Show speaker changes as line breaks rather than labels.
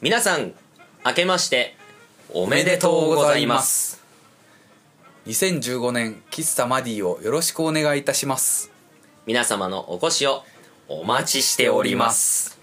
皆さん明けましておめでとうございます
2015年喫茶マディをよろしくお願いいたします
皆様のお越しをお待ちしております